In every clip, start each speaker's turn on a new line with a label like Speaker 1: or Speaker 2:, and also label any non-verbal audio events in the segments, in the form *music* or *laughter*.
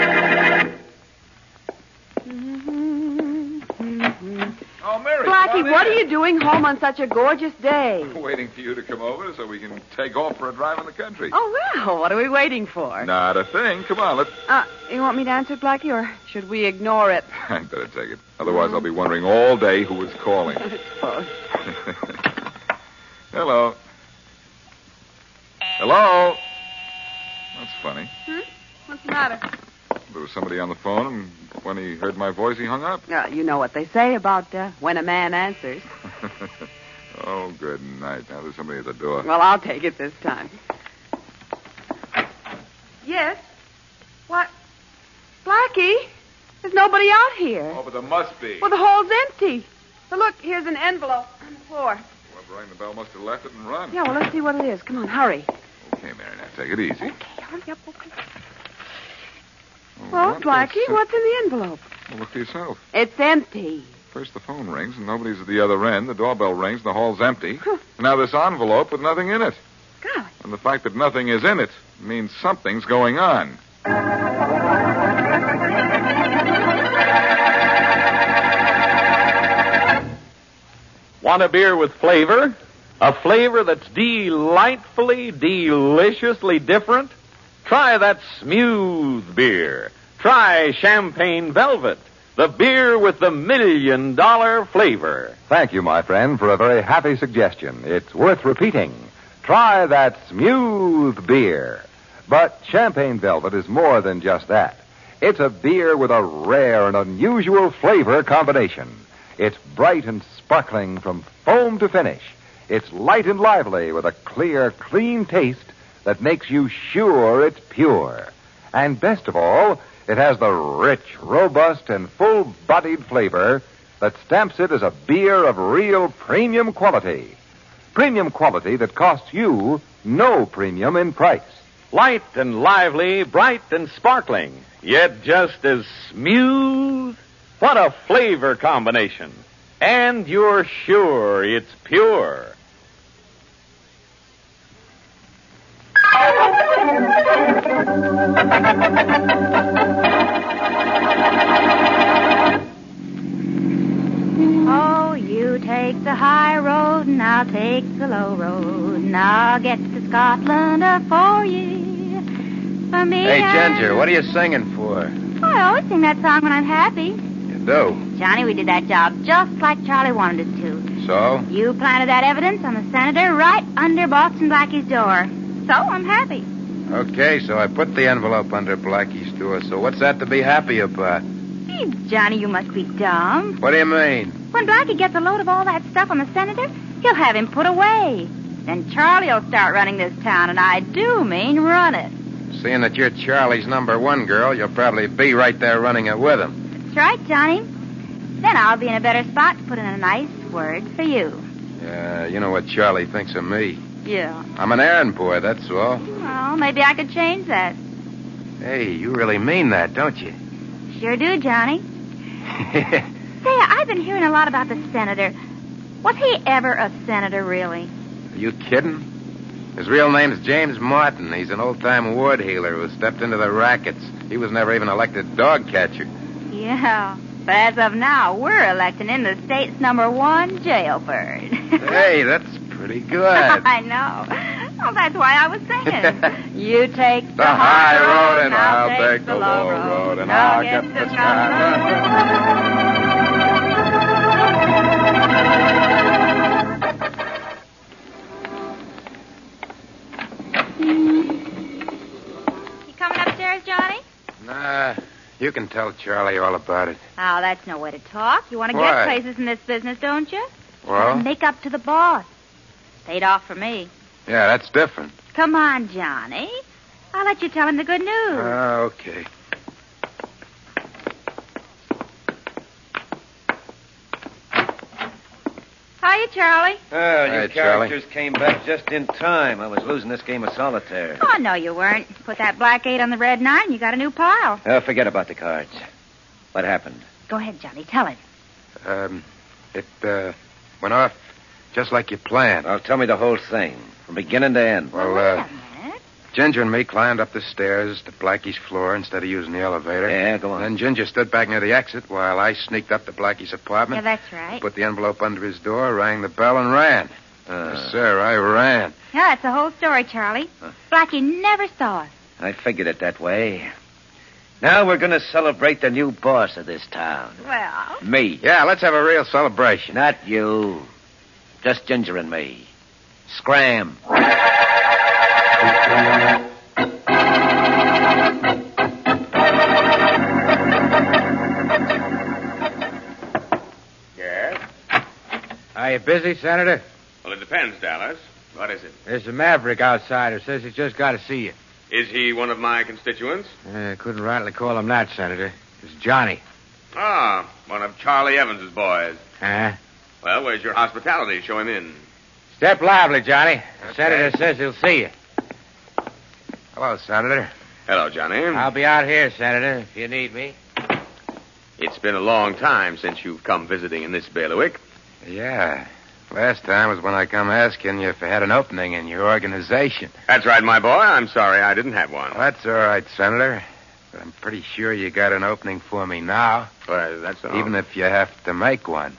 Speaker 1: Oh,
Speaker 2: doing home on such a gorgeous day?
Speaker 1: *laughs* Waiting for you to come over so we can take off for a drive in the country.
Speaker 2: Oh, well, what are we waiting for?
Speaker 1: Not a thing. Come on, let's. *laughs*
Speaker 2: Uh, you want me to answer it, Blackie, or should we ignore it?
Speaker 1: I better take it. Otherwise, I'll be wondering all day who was
Speaker 2: *laughs*
Speaker 1: calling. *laughs*
Speaker 2: Both.
Speaker 1: Hello. Hello. That's funny.
Speaker 2: Hmm? What's the matter?
Speaker 1: There was somebody on the phone, and when he heard my voice, he hung up. *laughs*
Speaker 2: Uh, you know what they say about uh, when a man answers.
Speaker 1: oh, good night. Now there's somebody at the door.
Speaker 2: Well, I'll take it this time. Yes? What? Blackie? There's nobody out here.
Speaker 1: Oh, but there must be.
Speaker 2: Well, the hall's empty. But look, here's an envelope on the floor.
Speaker 1: Whoever rang the bell must have left it and run.
Speaker 2: Yeah, well, let's see what it is. Come on, hurry.
Speaker 1: Okay, Mary, now take it easy.
Speaker 2: Okay, hurry up, okay.
Speaker 1: Oh,
Speaker 2: Well,
Speaker 1: what is
Speaker 2: Blackie,
Speaker 1: it?
Speaker 2: what's in the envelope?
Speaker 1: Well, look for yourself.
Speaker 2: It's empty.
Speaker 1: First the phone rings and nobody's at the other end. The doorbell rings and the hall's empty. And now this envelope with nothing in it.
Speaker 2: Golly.
Speaker 1: And the fact that nothing is in it means something's going on.
Speaker 3: Want a beer with flavor? A flavor that's delightfully, deliciously different? Try that smooth beer. Try Champagne Velvet, the beer with the million dollar flavor.
Speaker 4: Thank you, my friend, for a very happy suggestion. It's worth repeating. Try that smooth beer. But Champagne Velvet is more than just that. It's a beer with a rare and unusual flavor combination. It's bright and sparkling from foam to finish. It's light and lively with a clear, clean taste that makes you sure it's pure. And best of all, it has the rich, robust, and full bodied flavor that stamps it as a beer of real premium quality. Premium quality that costs you no premium in price.
Speaker 3: Light and lively, bright and sparkling, yet just as smooth. What a flavor combination. And you're sure it's pure.
Speaker 5: Oh, you take the high road and I'll take the low road and I'll get to Scotland for you. For me.
Speaker 6: Hey,
Speaker 5: and-
Speaker 6: Ginger, what are you singing for?
Speaker 5: I always sing that song when I'm happy.
Speaker 6: You do.
Speaker 5: Johnny, we did that job just like Charlie wanted us to.
Speaker 6: So?
Speaker 5: You planted that evidence on the senator right under Boston Blackie's door. So I'm happy.
Speaker 6: Okay, so I put the envelope under Blackie's door. So what's that to be happy about?
Speaker 5: Gee, Johnny, you must be dumb.
Speaker 6: What do you mean?
Speaker 5: When Blackie gets a load of all that stuff on the senator, he'll have him put away. Then Charlie'll start running this town, and I do mean run it.
Speaker 6: Seeing that you're Charlie's number one girl, you'll probably be right there running it with him.
Speaker 5: That's right, Johnny. Then I'll be in a better spot to put in a nice word for you.
Speaker 6: Yeah, you know what Charlie thinks of me.
Speaker 5: Yeah.
Speaker 6: I'm an errand boy, that's all.
Speaker 5: Well, maybe I could change that.
Speaker 6: Hey, you really mean that, don't you? *laughs*
Speaker 5: Sure do, Johnny. Say, I've been hearing a lot about the senator. Was he ever a senator, really?
Speaker 6: Are you kidding? His real name's James Martin. He's an old time ward healer who stepped into the rackets. He was never even elected dog catcher.
Speaker 5: Yeah. But as of now, we're electing him the state's number one jailbird.
Speaker 6: hey, that's pretty
Speaker 5: *laughs*
Speaker 6: good.
Speaker 5: I know. Well, that's why I was *laughs* singing. you take the,
Speaker 6: The high road and
Speaker 5: I'll,
Speaker 6: I'll
Speaker 5: take, the low road, and I'll get the
Speaker 6: sky.
Speaker 5: You coming upstairs, Johnny?
Speaker 6: Nah, you can tell Charlie all about it.
Speaker 5: Oh, that's no way to talk. You want to
Speaker 6: Why?
Speaker 5: get places in this business, don't you?
Speaker 6: Well,
Speaker 5: Make up to the boss. Paid off for me.
Speaker 6: yeah, that's different.
Speaker 5: Come on, Johnny. I'll let you tell him the good news.
Speaker 6: Ah, okay.
Speaker 5: Hiya, Charlie.
Speaker 7: Oh,
Speaker 6: All
Speaker 7: your
Speaker 6: right, Charlie.
Speaker 7: characters came back just in time. I was losing this game of solitaire.
Speaker 5: Oh, no, you weren't. Put that black eight on the red nine. You got a new pile.
Speaker 7: Oh, forget about the cards. What happened?
Speaker 5: Go ahead, Johnny. Tell him.
Speaker 6: Um, it uh, went off just like you planned.
Speaker 7: Well, tell me the whole thing, from beginning to end.
Speaker 6: Well,
Speaker 5: wait
Speaker 6: uh,
Speaker 5: a minute.
Speaker 6: Ginger and me climbed up the stairs to Blackie's floor instead of using the elevator.
Speaker 7: Yeah, go on.
Speaker 6: Then Ginger stood back near the exit while I sneaked up to Blackie's
Speaker 5: Yeah,
Speaker 6: apartment,
Speaker 5: that's right.
Speaker 6: put the envelope under his door, rang the bell, and ran.
Speaker 7: Uh.
Speaker 6: yes, sir, I ran.
Speaker 5: Yeah, it's the whole story, Charlie. Blackie never saw us.
Speaker 7: I figured it that way. Now we're going to celebrate the new boss of this town.
Speaker 2: Well,
Speaker 7: Me.
Speaker 6: Yeah, let's have a real celebration.
Speaker 7: Not you. Just Ginger and me. Scram.
Speaker 8: Yes?
Speaker 6: Are you busy, Senator?
Speaker 8: Well, it depends, Dallas. What is it?
Speaker 6: There's a maverick outside who says he's just got to see you.
Speaker 8: Is he one of my constituents?
Speaker 6: Uh, couldn't rightly call him that, Senator. It's Johnny.
Speaker 8: Ah, one of Charlie Evans's boys.
Speaker 6: Huh?
Speaker 8: Well, where's your hospitality? Show him in.
Speaker 6: Step lively, Johnny. Senator says he'll see you. Hello, Senator.
Speaker 8: Hello, Johnny.
Speaker 6: I'll be out here, Senator, if you need me.
Speaker 8: It's been a long time since you've come visiting in this bailiwick.
Speaker 6: Yeah. Last time was when I come asking you if you had an opening in your organization.
Speaker 8: That's right, my boy. I'm sorry I didn't have one.
Speaker 6: that's all right, Senator. But I'm pretty sure you got an opening for me now,
Speaker 8: Well, that's all.
Speaker 6: even if you have to make one.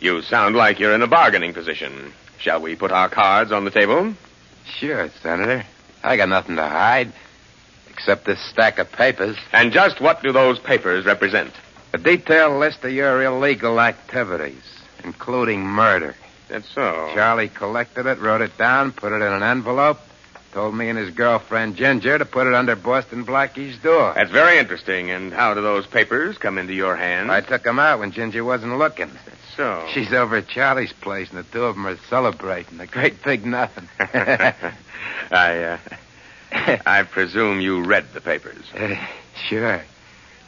Speaker 8: You sound like you're in a bargaining position. Shall we put our cards on the table?
Speaker 6: Sure, Senator. I got nothing to hide except this stack of papers.
Speaker 8: And just what do those papers represent?
Speaker 6: A detailed list of your illegal activities, including murder.
Speaker 8: That's so.
Speaker 6: Charlie collected it, wrote it down, put it in an envelope, told me and his girlfriend Ginger to put it under Boston Blackie's door.
Speaker 8: That's very interesting. And how do those papers come into your hands?
Speaker 6: I took 'em out when Ginger wasn't looking.
Speaker 8: That's so.
Speaker 6: She's over at Charlie's place, and the two of 'em are celebrating. A great big nothing. *laughs*
Speaker 8: I, uh, *laughs* I presume you read the papers.
Speaker 6: Uh, sure.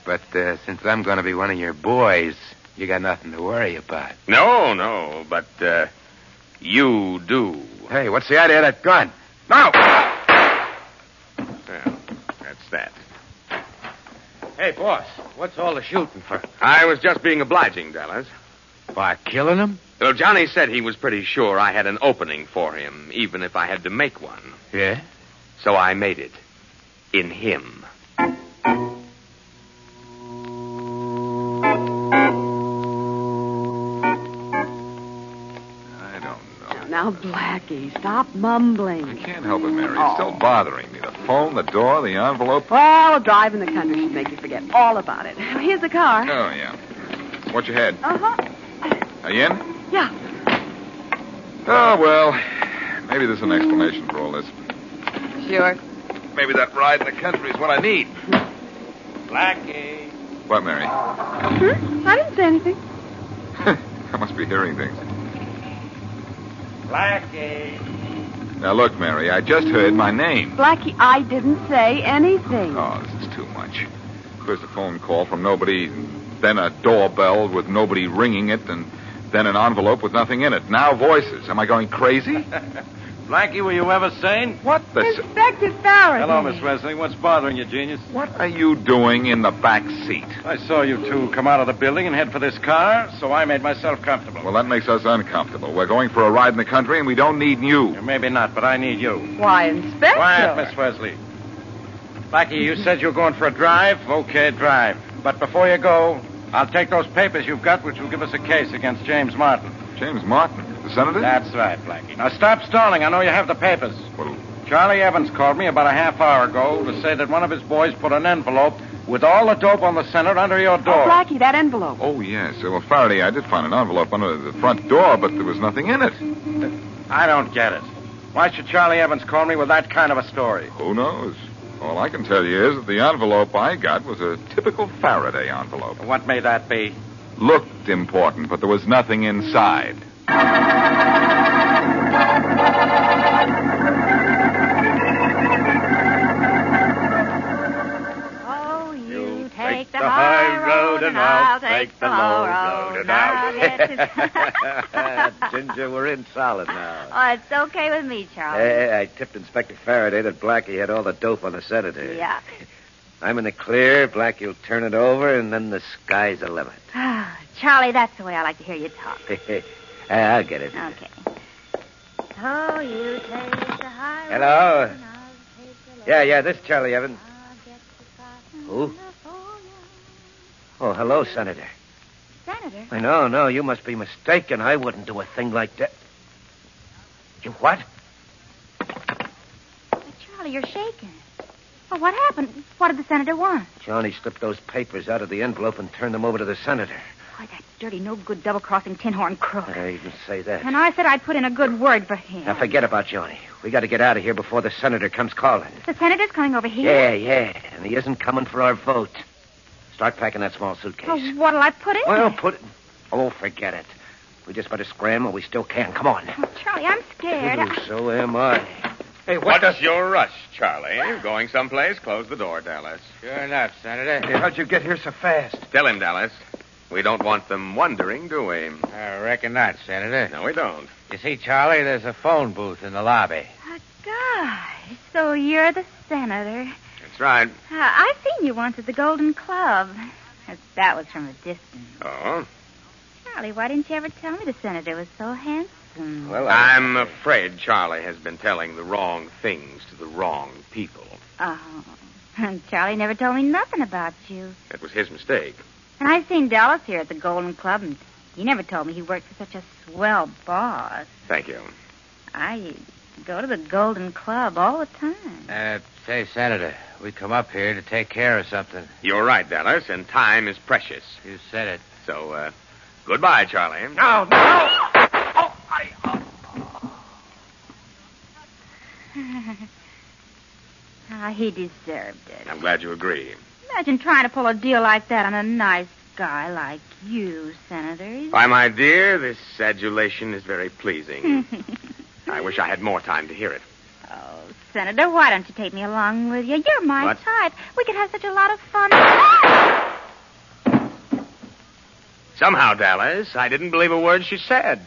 Speaker 6: But uh, since I'm going to be one of your boys, you got nothing to worry about.
Speaker 8: No, no, but uh, you do.
Speaker 6: Hey, what's the idea of that gun?
Speaker 8: No. Well, that's that.
Speaker 7: Hey, boss, what's all the shooting for?
Speaker 8: I was just being obliging, Dallas.
Speaker 6: By killing him?
Speaker 8: Well, Johnny said he was pretty sure I had an opening for him, even if I had to make one.
Speaker 6: Yeah.
Speaker 8: So I made it. In him.
Speaker 1: I don't know.
Speaker 2: now, Blackie, stop mumbling.
Speaker 1: I can't help it, Mary. It's still bothering me. The phone, the door, the envelope. Oh,
Speaker 2: Well, a drive in the country should make you forget all about it. Here's the car.
Speaker 1: Oh, yeah. Watch your head.
Speaker 2: Uh huh.
Speaker 1: Are you in?
Speaker 2: Yeah.
Speaker 1: Oh, well. Maybe there's an explanation for all this.
Speaker 2: Sure.
Speaker 1: Maybe that ride in the country is what I need.
Speaker 7: Blackie.
Speaker 1: What, Mary?
Speaker 2: Hmm? I didn't say anything.
Speaker 1: I must be hearing things.
Speaker 7: Blackie.
Speaker 1: Now, look, Mary, I just heard my name.
Speaker 2: Blackie, I didn't say anything.
Speaker 1: Oh, this is too much. First a phone call from nobody, then a doorbell with nobody ringing it, and then an envelope with nothing in it. Now voices. Am I going crazy?
Speaker 7: *laughs* Blackie, were you ever sane?
Speaker 1: What the... s-
Speaker 2: Inspector Faraday.
Speaker 7: Hello, Miss Wesley. What's bothering you, genius?
Speaker 1: What are you doing in the back seat?
Speaker 7: I saw you two come out of the building and head for this car, so I made myself comfortable.
Speaker 1: Well, that makes us uncomfortable. We're going for a ride in the country, and we don't need you.
Speaker 7: Maybe not, but I need you.
Speaker 2: Why, Inspector?
Speaker 7: Quiet, Miss Wesley. Blackie, you said you were going for a drive. Okay, drive. But before you go, I'll take those papers you've got, which will give us a case against James Martin.
Speaker 1: James Martin, the senator?
Speaker 7: That's right, Blackie. Now stop stalling. I know you have the papers.
Speaker 1: Well,
Speaker 7: Charlie Evans called me about a half hour ago to say that one of his boys put an envelope with all the dope on the center under your
Speaker 2: Oh,
Speaker 7: door.
Speaker 2: Blackie, that envelope.
Speaker 1: oh, yes. Well, Faraday, I did find an envelope under the front door, but there was nothing in it.
Speaker 7: I don't get it. Why should Charlie Evans call me with that kind of a story?
Speaker 1: Who knows? All I can tell you is that the envelope I got was a typical Faraday envelope.
Speaker 7: What may that be?
Speaker 1: Looked important, but there was nothing inside.
Speaker 5: Oh, you
Speaker 7: You
Speaker 5: take the high road and I'll take the low road. and I'll get to-
Speaker 7: *laughs* Ginger, we're in solid now.
Speaker 5: Oh, it's okay with me, Charlie.
Speaker 7: Hey, I tipped Inspector Faraday that Blackie had all the dope on the senator.
Speaker 5: Yeah.
Speaker 7: I'm in the clear. Blackie'll turn it over, and then the sky's
Speaker 9: *laughs*
Speaker 7: the limit.
Speaker 5: *sighs* Charlie, that's the way I like to hear you talk.
Speaker 7: I'll get it.
Speaker 5: Okay. Oh, you take the high
Speaker 7: Hello?
Speaker 5: road and I'll take the
Speaker 9: Yeah, yeah, this Charlie Evans. Who? Oh, hello, Senator.
Speaker 5: Senator?
Speaker 9: I know, no, you must be mistaken. I wouldn't do a thing like that. You what?
Speaker 5: Charlie, you're shaking. Oh, what happened? What did the senator want?
Speaker 9: Johnny slipped those papers out of the envelope and turned them over to the senator.
Speaker 5: Why, that dirty, no good, double crossing, tin horn crook.
Speaker 9: I didn't say that.
Speaker 5: And I said I'd put in a good word for him.
Speaker 9: Now forget about Johnny. We got to get out of here before the senator comes calling.
Speaker 5: The senator's coming over
Speaker 9: Yeah,
Speaker 5: here.
Speaker 9: yeah, and he isn't coming for our vote. Start packing that small suitcase.
Speaker 5: Oh, what'll I put in?
Speaker 9: well,
Speaker 5: it?
Speaker 9: put it. Oh, forget it. We just better scram, or we still can. Come on.
Speaker 5: Oh, Charlie, I'm scared.
Speaker 9: Ooh, so am I. Hey,
Speaker 8: What
Speaker 9: what?
Speaker 8: is your rush, Charlie? Going someplace? Close the door, Dallas.
Speaker 6: Sure enough, Senator.
Speaker 9: Hey, how'd you get here so fast?
Speaker 8: Tell him, Dallas. We don't want them wondering, do we?
Speaker 6: I reckon not, Senator.
Speaker 8: No, we don't.
Speaker 6: You see, Charlie, there's a phone booth in the lobby.
Speaker 5: A guy. So you're the senator.
Speaker 8: That's right.
Speaker 5: Uh, I've seen you once at the Golden Club. That- That was from a distance.
Speaker 8: Oh,
Speaker 5: Charlie, why didn't you ever tell me the senator was so handsome?
Speaker 9: Well, I...
Speaker 8: Hmm. I'm afraid Charlie has been telling the wrong things to the wrong people.
Speaker 5: Oh. *laughs* Charlie never told me nothing about you.
Speaker 8: That was his mistake.
Speaker 5: And I've seen Dallas here at the Golden Club, and he never told me he worked for such a swell boss.
Speaker 8: Thank you.
Speaker 5: I go to the Golden Club all the time. *laughs*
Speaker 6: Uh, say, Senator, we come up here to take care of something.
Speaker 8: You're right, Dallas, and time is precious.
Speaker 6: You said it.
Speaker 8: So, uh, goodbye, Charlie.
Speaker 9: No, no! Oh, I...
Speaker 5: Ah, he deserved it.
Speaker 8: I'm glad you agree.
Speaker 5: Imagine trying to pull a deal like that on a nice guy like you, Senator. He's- *laughs*
Speaker 8: Why, my dear, this adulation is very pleasing. I wish I had more time to hear it.
Speaker 5: oh, Senator, why don't you take me along with you? You're my
Speaker 8: What?
Speaker 5: type. We could have such a lot of fun. *laughs*
Speaker 8: Somehow, Dallas, I didn't believe a word she said.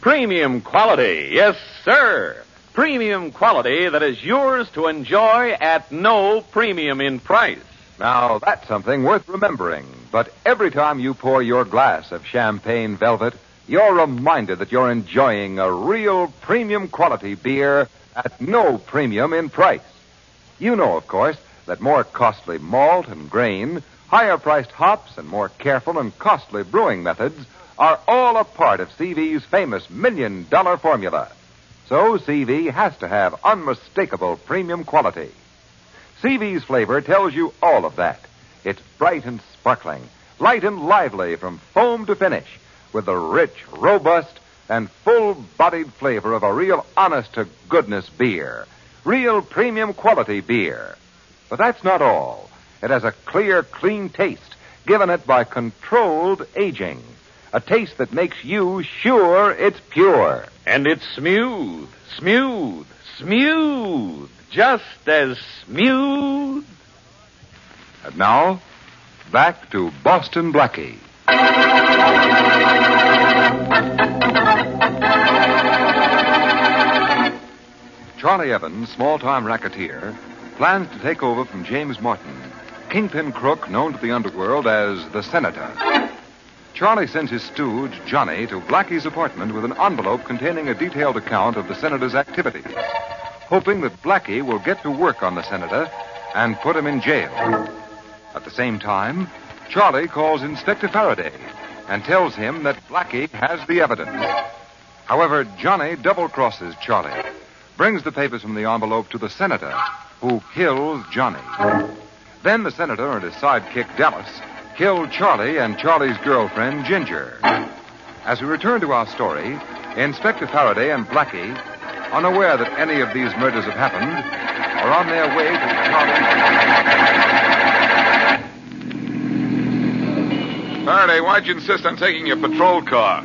Speaker 3: Premium quality, yes, sir. Premium quality that is yours to enjoy at no premium in price.
Speaker 4: Now, that's something worth remembering. But every time you pour your glass of champagne velvet, you're reminded that you're enjoying a real premium quality beer at no premium in price. You know, of course, that more costly malt and grain, higher priced hops, and more careful and costly brewing methods are all a part of CV's famous million dollar formula. So CV has to have unmistakable premium quality. CV's flavor tells you all of that. It's bright and sparkling, light and lively from foam to finish, with the rich, robust, and full bodied flavor of a real honest to goodness beer. Real premium quality beer. But that's not all. It has a clear, clean taste given it by controlled aging. A taste that makes you sure it's pure.
Speaker 3: And it's smooth, smooth, smooth. Just as smooth.
Speaker 4: And now, back to Boston Blackie.
Speaker 2: Oh,
Speaker 4: Charlie Evans, small time racketeer, plans to take over from James Martin, kingpin crook known to the underworld as the Senator. Charlie sends his stooge, Johnny, to Blackie's apartment with an envelope containing a detailed account of the Senator's activities, hoping that Blackie will get to work on the Senator and put him in jail. At the same time, Charlie calls Inspector Faraday and tells him that Blackie has the evidence. However, Johnny double crosses Charlie, brings the papers from the envelope to the senator, who kills Johnny. Then the senator and his sidekick Dallas kill Charlie and Charlie's girlfriend Ginger. As we return to our story, Inspector Faraday and Blackie, unaware that any of these murders have happened, are on their way to Charlie's.
Speaker 1: Faraday, why'd you insist on taking your patrol car?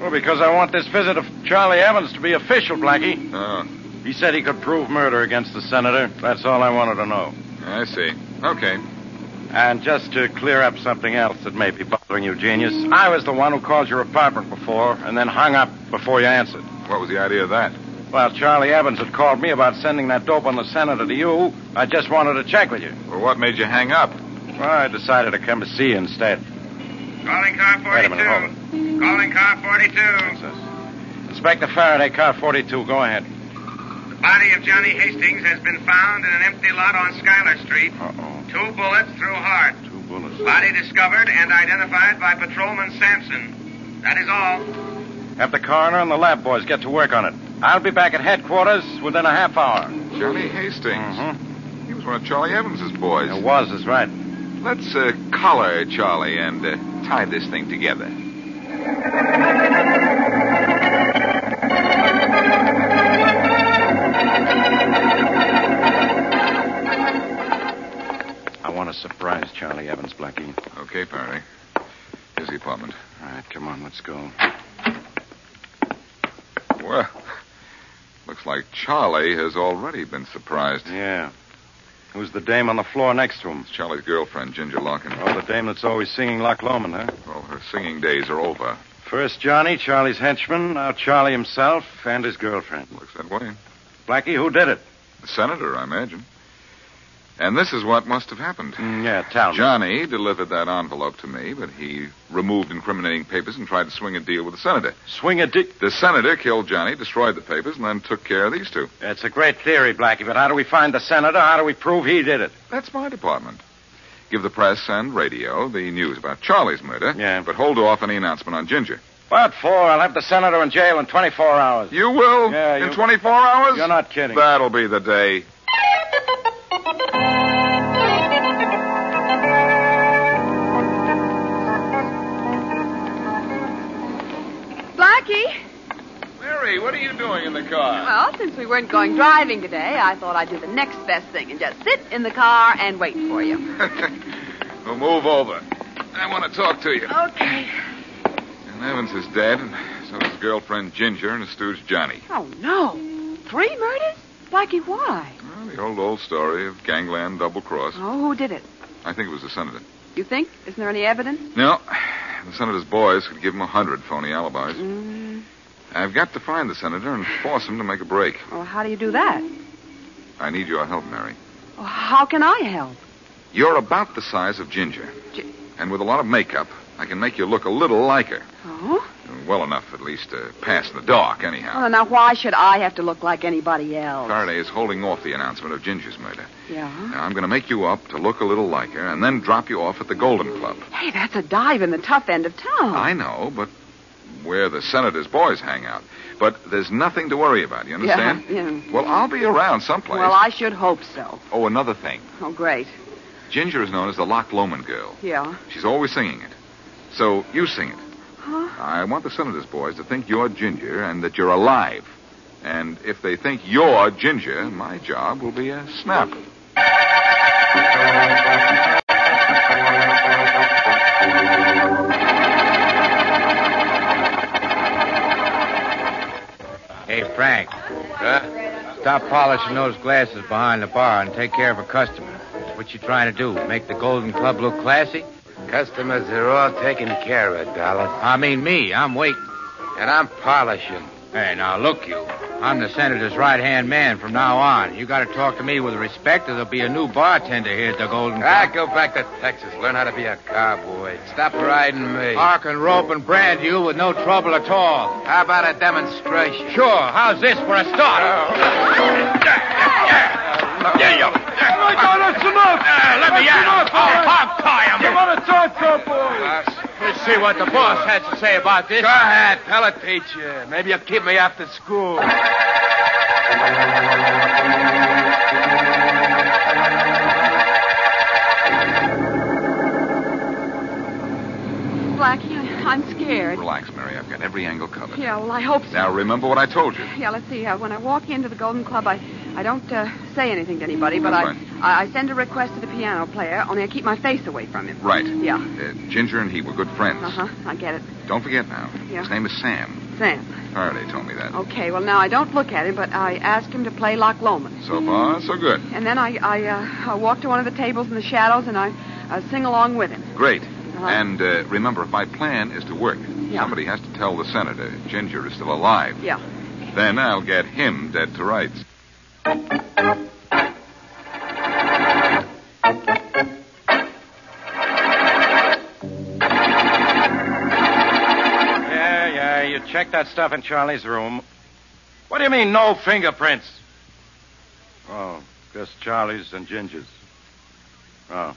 Speaker 7: Well, because I want this visit of Charlie Evans to be official, Blackie.
Speaker 1: Oh,
Speaker 7: He said he could prove murder against the senator. That's all I wanted to know.
Speaker 1: I see. Okay.
Speaker 7: And just to clear up something else that may be bothering you, genius, I was the one who called your apartment before and then hung up before you answered.
Speaker 1: What was the idea of that?
Speaker 7: Well, Charlie Evans had called me about sending that dope on the senator to you. I just wanted to check with you.
Speaker 1: Well, what made you hang up?
Speaker 7: Well, I decided to come to see you instead.
Speaker 10: Calling car 42.
Speaker 7: Wait a minute, hold
Speaker 10: Calling car 42.
Speaker 7: Inspector Faraday, car 42. Go ahead.
Speaker 10: The body of Johnny Hastings has been found in an empty lot on Schuyler Street.
Speaker 7: Uh-oh.
Speaker 10: Two bullets through heart.
Speaker 7: Two bullets.
Speaker 10: Body discovered and identified by Patrolman Sampson. That is all.
Speaker 7: Have the coroner and the lab boys get to work on it. I'll be back at headquarters within a half hour.
Speaker 1: Johnny Hastings. He was one of Charlie Evans's boys.
Speaker 7: Mm-hmm. It was, that's right.
Speaker 1: Let's uh, collar Charlie and uh, tie this thing together.
Speaker 7: I want to surprise Charlie Evans, Blackie.
Speaker 1: Okay, Faraday. Here's the apartment.
Speaker 7: All right, come on, let's go.
Speaker 1: Well, looks like Charlie has already been surprised.
Speaker 7: Yeah. Who's the dame on the floor next to him?
Speaker 1: It's Charlie's girlfriend, Ginger Larkin.
Speaker 7: Oh, the dame that's always singing Loch Lomond, huh?
Speaker 1: Well, her singing days are over.
Speaker 7: First Johnny, Charlie's henchman, now Charlie himself and his girlfriend.
Speaker 1: Looks that way.
Speaker 7: Blackie, who did it?
Speaker 1: The senator, I imagine. And this is what must have happened.
Speaker 7: Mm, yeah, tell me.
Speaker 1: Johnny delivered that envelope to me, but he removed incriminating papers and tried to swing a deal with the senator.
Speaker 7: Swing a dick.
Speaker 1: The senator killed Johnny, destroyed the papers, and then took care of these two.
Speaker 7: It's a great theory, Blackie, but how do we find the senator? How do we prove he did it?
Speaker 1: That's my department. Give the press and radio the news about Charlie's murder.
Speaker 7: Yeah.
Speaker 1: But hold off any announcement on Ginger.
Speaker 7: What for? I'll have the senator in jail in 24 hours.
Speaker 1: You will?
Speaker 7: Yeah,
Speaker 1: In
Speaker 7: you-
Speaker 1: 24 hours?
Speaker 7: You're not kidding.
Speaker 1: That'll be the day.
Speaker 2: Blackie?
Speaker 1: Mary, what are you doing in the car?
Speaker 2: Well, since we weren't going driving today, I thought I'd do the next best thing and just sit in the car and wait for you.
Speaker 7: *laughs*
Speaker 1: well, move over. I want to talk to you.
Speaker 2: Okay.
Speaker 1: And Evans is dead, and so is his girlfriend Ginger and his stooge Johnny.
Speaker 2: Oh, no. Three murders? Blackie, why?
Speaker 1: Well, the old, old story of gangland double cross.
Speaker 2: Oh, who did it?
Speaker 1: I think it was the senator.
Speaker 2: You think? Isn't there any evidence?
Speaker 1: No, the senator's boys could give him a hundred phony alibis.
Speaker 2: Mm.
Speaker 1: I've got to find the senator and force him to make a break.
Speaker 2: Well, how do you do that?
Speaker 1: I need your help, Mary.
Speaker 2: Well, how can I help?
Speaker 1: You're about the size of Ginger.
Speaker 2: Gi-
Speaker 1: and with a lot of makeup, I can make you look a little like her.
Speaker 2: Oh?
Speaker 1: Well enough, at least, to pass in the dark, anyhow.
Speaker 2: Well, now, why should I have to look like anybody else?
Speaker 1: Faraday is holding off the announcement of Ginger's murder.
Speaker 2: Yeah.
Speaker 1: Now, I'm going to make you up to look a little like her and then drop you off at the Golden Club.
Speaker 2: Hey, that's a dive in the tough end of town.
Speaker 1: I know, but where the senator's boys hang out. But there's nothing to worry about, you understand?
Speaker 2: Yeah, yeah.
Speaker 1: Well, I'll be around someplace.
Speaker 2: Well, I should hope so.
Speaker 1: Oh, another thing.
Speaker 2: Oh, great.
Speaker 1: Ginger is known as the Loch Lomond girl.
Speaker 2: Yeah.
Speaker 1: She's always singing it. So you sing it.
Speaker 2: Huh?
Speaker 1: I want the senator's boys to think you're Ginger and that you're alive. And if they think you're Ginger, my job will be a snap.
Speaker 6: Hey, Frank. Stop polishing those glasses behind the bar and take care of a customer. What you trying to do? Make the Golden Club look classy? Customers are all taken care of, Dallas. I mean me. I'm waiting. And I'm polishing. Hey, now look you. I'm the senator's right-hand man from now on. You got to talk to me with respect, or there'll be a new bartender here at the Golden Club. Ah, go back to Texas. Learn how to be a cowboy. Stop riding me. Ark and rope and brand you with no trouble at all. How about a demonstration? Oh. Sure. How's this for a *laughs* start? Yeah, you. that's enough. let me out.
Speaker 5: Oh,
Speaker 6: I'll pop tie him. You want to talk to Let's see what the boss has to say about this. Go ahead. Tell it, teacher. Maybe you'll keep me after school.
Speaker 2: Blackie, I, I'm scared.
Speaker 1: Relax, Mary. I've got every angle covered.
Speaker 2: Yeah, well, I hope so.
Speaker 1: Now remember what I told you.
Speaker 2: Yeah, let's see. Uh, when I walk into the Golden Club, I, I don't uh, say anything to anybody, but
Speaker 1: That's
Speaker 2: I, I, I send a request to the piano player, only I keep my face away from him.
Speaker 1: Right.
Speaker 2: Yeah.
Speaker 1: Uh, Ginger and he were good friends.
Speaker 2: Uh huh. I get it.
Speaker 1: Don't forget now.
Speaker 2: Yeah.
Speaker 1: His name is Sam.
Speaker 2: Sam.
Speaker 1: Faraday told me that.
Speaker 2: Okay, well, now I don't look at him, but I ask him to play Loch Lomond.
Speaker 1: So far, so good.
Speaker 2: And then I, I, uh, I walk to one of the tables in the shadows and I uh, sing along with him.
Speaker 1: Great.
Speaker 2: Uh-huh.
Speaker 1: And uh, remember, if my plan is to work,
Speaker 2: Yeah.
Speaker 1: somebody has to tell the senator Ginger is still alive.
Speaker 2: Yeah.
Speaker 1: Then I'll get him dead to rights.
Speaker 7: Check that stuff in Charlie's room. What do you mean, no fingerprints? Oh, just Charlie's and Ginger's. Oh.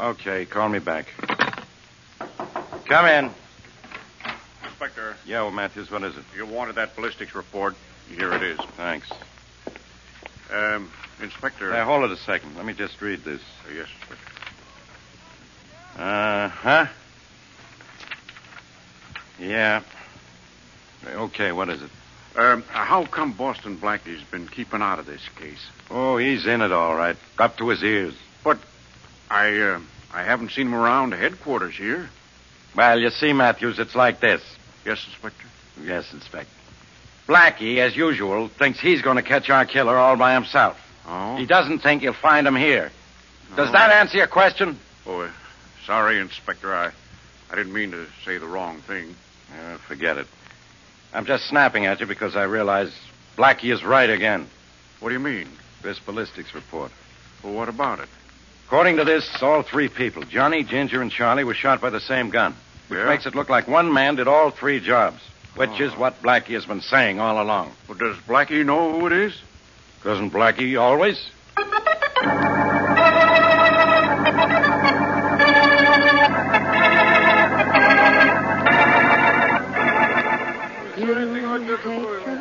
Speaker 7: Okay, call me back. Come in.
Speaker 11: Inspector,
Speaker 7: Yeah, well, Matthews, what is it?
Speaker 11: you wanted that ballistics report. Here it is.
Speaker 7: Thanks.
Speaker 11: Um, Inspector. Oh,
Speaker 7: Now, hold it a second. Let me just read this.
Speaker 11: yes,
Speaker 7: Uh huh. Yeah. Okay, what is it?
Speaker 11: Um, how come Boston Blackie's been keeping out of this case?
Speaker 7: Oh, he's in it all right, up to his ears.
Speaker 11: But I, uh, I haven't seen him around headquarters here.
Speaker 7: Well, you see, Matthews, it's like this.
Speaker 11: Yes, Inspector.
Speaker 7: Yes, Inspector. Blackie, as usual, thinks he's going to catch our killer all by himself.
Speaker 11: Oh.
Speaker 7: He doesn't think he'll find him here. Does
Speaker 11: Oh.
Speaker 7: that answer your question?
Speaker 11: Oh, uh, sorry, Inspector. I, I didn't mean to say the wrong thing.
Speaker 7: Uh, forget it. I'm just snapping at you because I realize Blackie is right again.
Speaker 11: What do you mean?
Speaker 7: This ballistics report.
Speaker 11: Well, what about it?
Speaker 7: According to this, all three people, Johnny, Ginger, and Charlie, were shot by the same gun, which
Speaker 11: Yeah?
Speaker 7: makes it look like one man did all three jobs, which
Speaker 6: Oh.
Speaker 7: is what Blackie has been saying all along.
Speaker 11: Well, does Blackie know who it is?
Speaker 7: Doesn't Blackie always?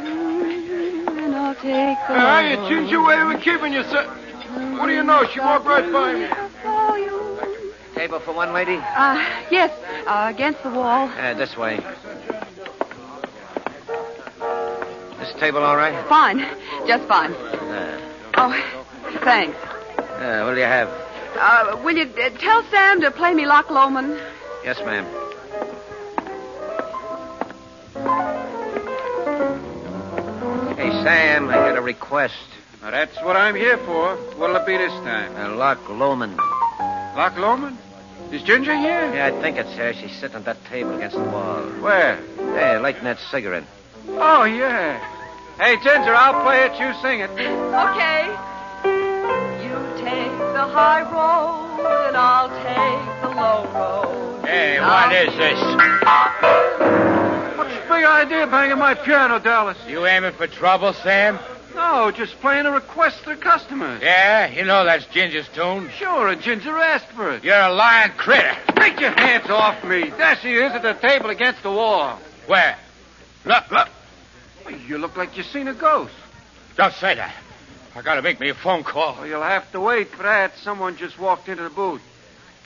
Speaker 5: And I'll take the
Speaker 10: Hey,
Speaker 5: low
Speaker 10: Ginger, where we keeping you, sir? What do you know? She walked right by me.
Speaker 5: for you.
Speaker 9: Table for one lady?
Speaker 2: Uh, yes, uh, against the wall.
Speaker 9: Uh, this way. This table all right?
Speaker 2: Fine, just fine. Oh, thanks.
Speaker 9: Uh, what do you have?
Speaker 2: Uh, will you uh, tell Sam to play me Loch Lomond?
Speaker 9: Yes, ma'am. Hey, Sam, I got a request.
Speaker 10: Now, that's what I'm here for. What'll it be this time?
Speaker 9: Uh, Lock Loman.
Speaker 10: Lock Loman? Is Ginger here?
Speaker 9: Yeah, I think it's her. She's sitting at that table against the wall.
Speaker 10: Where?
Speaker 9: There, lighting that cigarette.
Speaker 10: Oh, yeah. Hey, Ginger, I'll play it. You sing it.
Speaker 2: Okay. You take the high road, and I'll take the low road.
Speaker 6: Hey, what is this?
Speaker 10: What's the big idea banging my piano, Dallas?
Speaker 6: You aiming for trouble, Sam?
Speaker 10: No, just playing a request to the customers.
Speaker 6: Yeah, you know that's Ginger's tune.
Speaker 10: Sure, and Ginger asked for it.
Speaker 6: You're a lying critter.
Speaker 10: Take your hands off me. There she is at the table against the wall.
Speaker 6: Where? Look, look.
Speaker 10: Well, you look like you've seen a ghost.
Speaker 6: Don't say that. I gotta make me a phone call.
Speaker 10: Well, you'll have to wait for that. Someone just walked into the booth.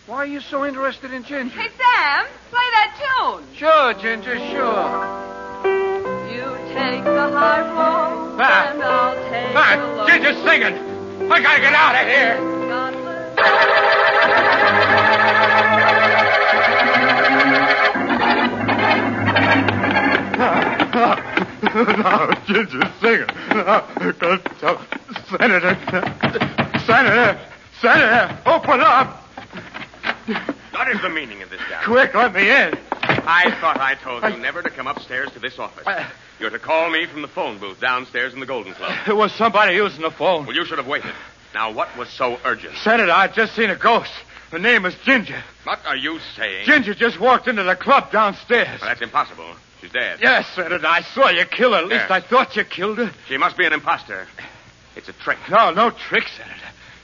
Speaker 10: Why are you so interested in Ginger?
Speaker 2: Hey, Sam, play that tune.
Speaker 10: Sure, Ginger, sure.
Speaker 2: You take the high road,
Speaker 6: Ah.
Speaker 2: and I'll take the low
Speaker 6: Ah, Ginger's singing. I *laughs* gotta get out of here. Oh,
Speaker 10: no, Ginger Singer. Senator. Senator. Senator, open up.
Speaker 8: What is the meaning of this, Dallas?
Speaker 10: Quick, let me in.
Speaker 8: I thought I told you never to come upstairs to this office. You're to call me from the phone booth downstairs in the Golden
Speaker 6: *laughs*
Speaker 8: Club.
Speaker 6: It was somebody using the phone.
Speaker 8: Well, you should have waited. Now, what was so urgent?
Speaker 6: Senator, I just seen a ghost. Her name is Ginger.
Speaker 8: What are you saying?
Speaker 6: Ginger just walked into the club downstairs.
Speaker 8: Well, that's impossible. She's dead.
Speaker 6: Yes, Senator, I saw you kill her. At least
Speaker 8: Yeah.
Speaker 6: I thought you killed her.
Speaker 8: She must be an imposter. It's a trick.
Speaker 6: No, no trick, Senator.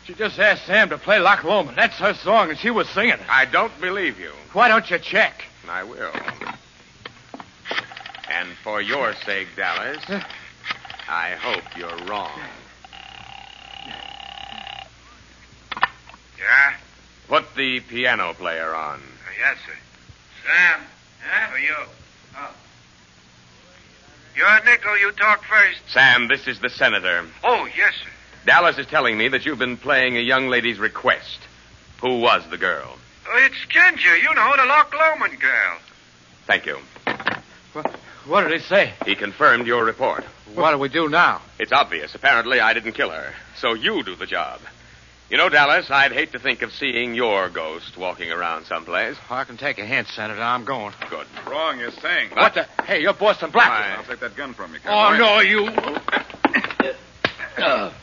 Speaker 6: She just asked Sam to play Loch Lomond. That's her song, and she was singing it.
Speaker 8: I don't believe you.
Speaker 6: Why don't you check?
Speaker 8: I will. And for your sake, Dallas, I hope you're wrong.
Speaker 10: Yeah? uh,
Speaker 8: Put the piano player on.
Speaker 10: Yes, sir. Sam? Huh? Or you? Oh. You're Nickel. You talk first.
Speaker 8: Sam, this is the senator.
Speaker 10: Oh, yes, sir.
Speaker 8: Dallas is telling me that you've been playing a young lady's request. Who was the girl?
Speaker 10: Oh, it's Ginger. You know, the Loch Lomond girl.
Speaker 8: Thank you.
Speaker 6: What did he say?
Speaker 8: He confirmed your report.
Speaker 6: What do we do now?
Speaker 8: It's obvious. Apparently, I didn't kill her. So you do the job. You know, Dallas, I'd hate to think of seeing your ghost walking around someplace.
Speaker 6: I can take a hint, Senator. I'm going.
Speaker 8: Good.
Speaker 1: Wrong, you're saying.
Speaker 6: What, the? Hey, you're Boston Black.
Speaker 1: I'll take that gun from you,
Speaker 6: Oh,
Speaker 1: cowboy.
Speaker 6: no, you.
Speaker 1: That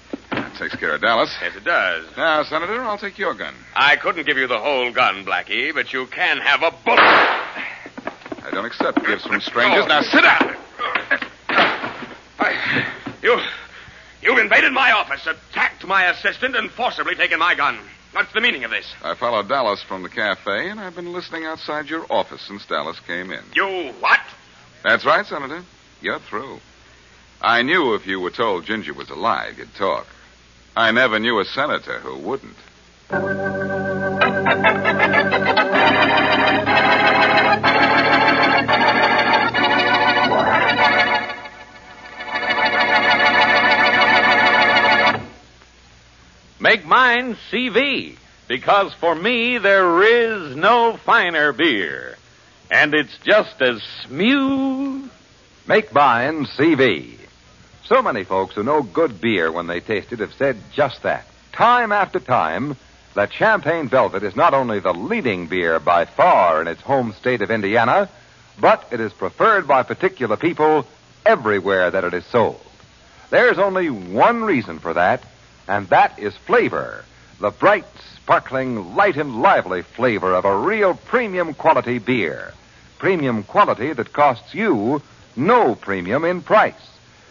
Speaker 1: takes care of Dallas.
Speaker 8: Yes, it does.
Speaker 1: Now, Senator, I'll take your gun.
Speaker 8: I couldn't give you the whole gun, Blackie, but you can have a bullet.
Speaker 1: That I don't accept gifts from strangers. Now Oh, sit down.
Speaker 8: You, you've invaded my office, attacked my assistant, and forcibly taken my gun. What's the meaning of this?
Speaker 1: I followed Dallas from the cafe, and I've been listening outside your office since Dallas came in.
Speaker 8: You what?
Speaker 1: That's right, Senator. You're through. I knew if you were told Ginger was alive, you'd talk. I never knew a senator who wouldn't.
Speaker 3: Make mine CV, because for me there is no finer beer. And it's just as smooth.
Speaker 4: Make mine CV. So many folks who know good beer when they taste it have said just that, time after time, that Champagne Velvet is not only the leading beer by far in its home state of Indiana, but it is preferred by particular people everywhere that it is sold. There's only one reason for that, and that is flavor. The bright, sparkling, light and lively flavor of a real premium quality beer. Premium quality that costs you no premium in price.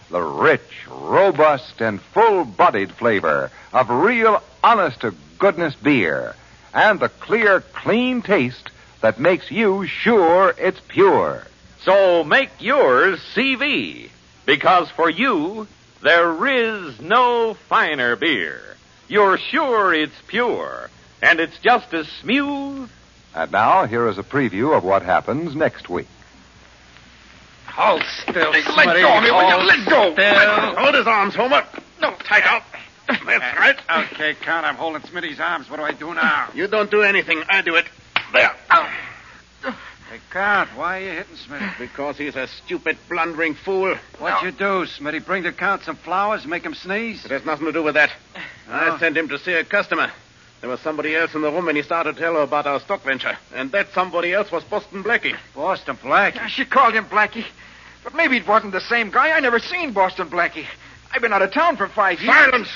Speaker 4: The rich, robust, and full bodied flavor of real, honest to goodness beer. And the clear, clean taste that makes you sure it's pure.
Speaker 3: So make yours CV, because for you, there is no finer beer. You're sure it's pure, and it's just as smooth.
Speaker 4: And now, here is a preview of what happens next week.
Speaker 6: Hold still,
Speaker 7: Hey, let go of me, will you? Let go. Let-
Speaker 6: hold his arms, Homer.
Speaker 7: No, tight out.
Speaker 6: That's right.
Speaker 7: Okay, count. I'm holding Smitty's arms. What do I uh, do now?
Speaker 6: You don't do anything. I do it. Oh. There.
Speaker 7: Hey, count. Why are you hitting Smitty?
Speaker 6: *sighs* Because he's a stupid, blundering fool.
Speaker 10: What you do, Smitty? Bring the count some flowers, make him sneeze? Oh.
Speaker 6: It has nothing to do with that.
Speaker 10: No.
Speaker 6: I sent him to see a customer. There was somebody else in the room, and he started to tell her about our stock venture. And that somebody else was Boston Blackie.
Speaker 10: Boston Blackie.
Speaker 12: She called him Blackie. But maybe it wasn't the same guy. I never seen Boston Blackie. I've been out of town for five years.
Speaker 6: Silence!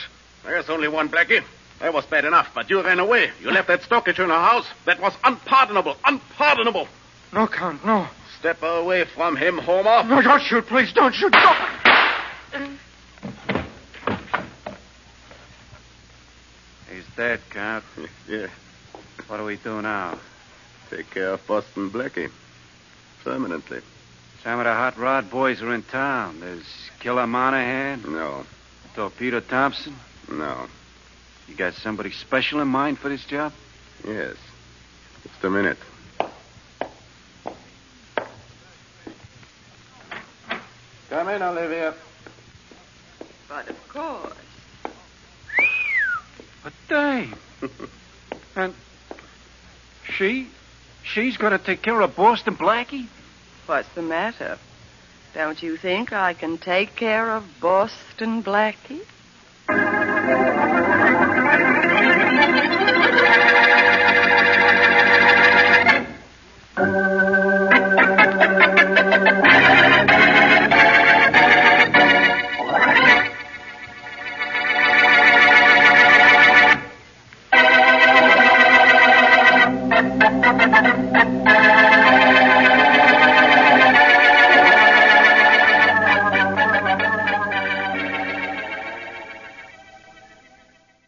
Speaker 6: There's only one Blackie. That was bad enough, but you ran away. You left that stock issue in her house. That was unpardonable. Unpardonable.
Speaker 12: No, Count, no.
Speaker 6: Step away from him, Homer.
Speaker 12: No, don't shoot, please. Don't shoot. Don't.
Speaker 7: He's dead, count.
Speaker 6: *laughs* Yeah.
Speaker 7: What do we do now?
Speaker 6: Take care of Boston Blackie. Permanently.
Speaker 10: Some of the hot rod boys are in town. There's Killer Monahan,
Speaker 6: No,
Speaker 10: Torpedo Thompson.
Speaker 6: no.
Speaker 10: You got somebody special in mind for this job?
Speaker 6: Yes. Just a minute.
Speaker 7: Come in, Olivia.
Speaker 2: But of course.
Speaker 10: But dang. and she? She's going to take care of Boston Blackie?
Speaker 2: What's the matter? Don't you think I can take care of Boston Blackie?
Speaker 5: Thank you.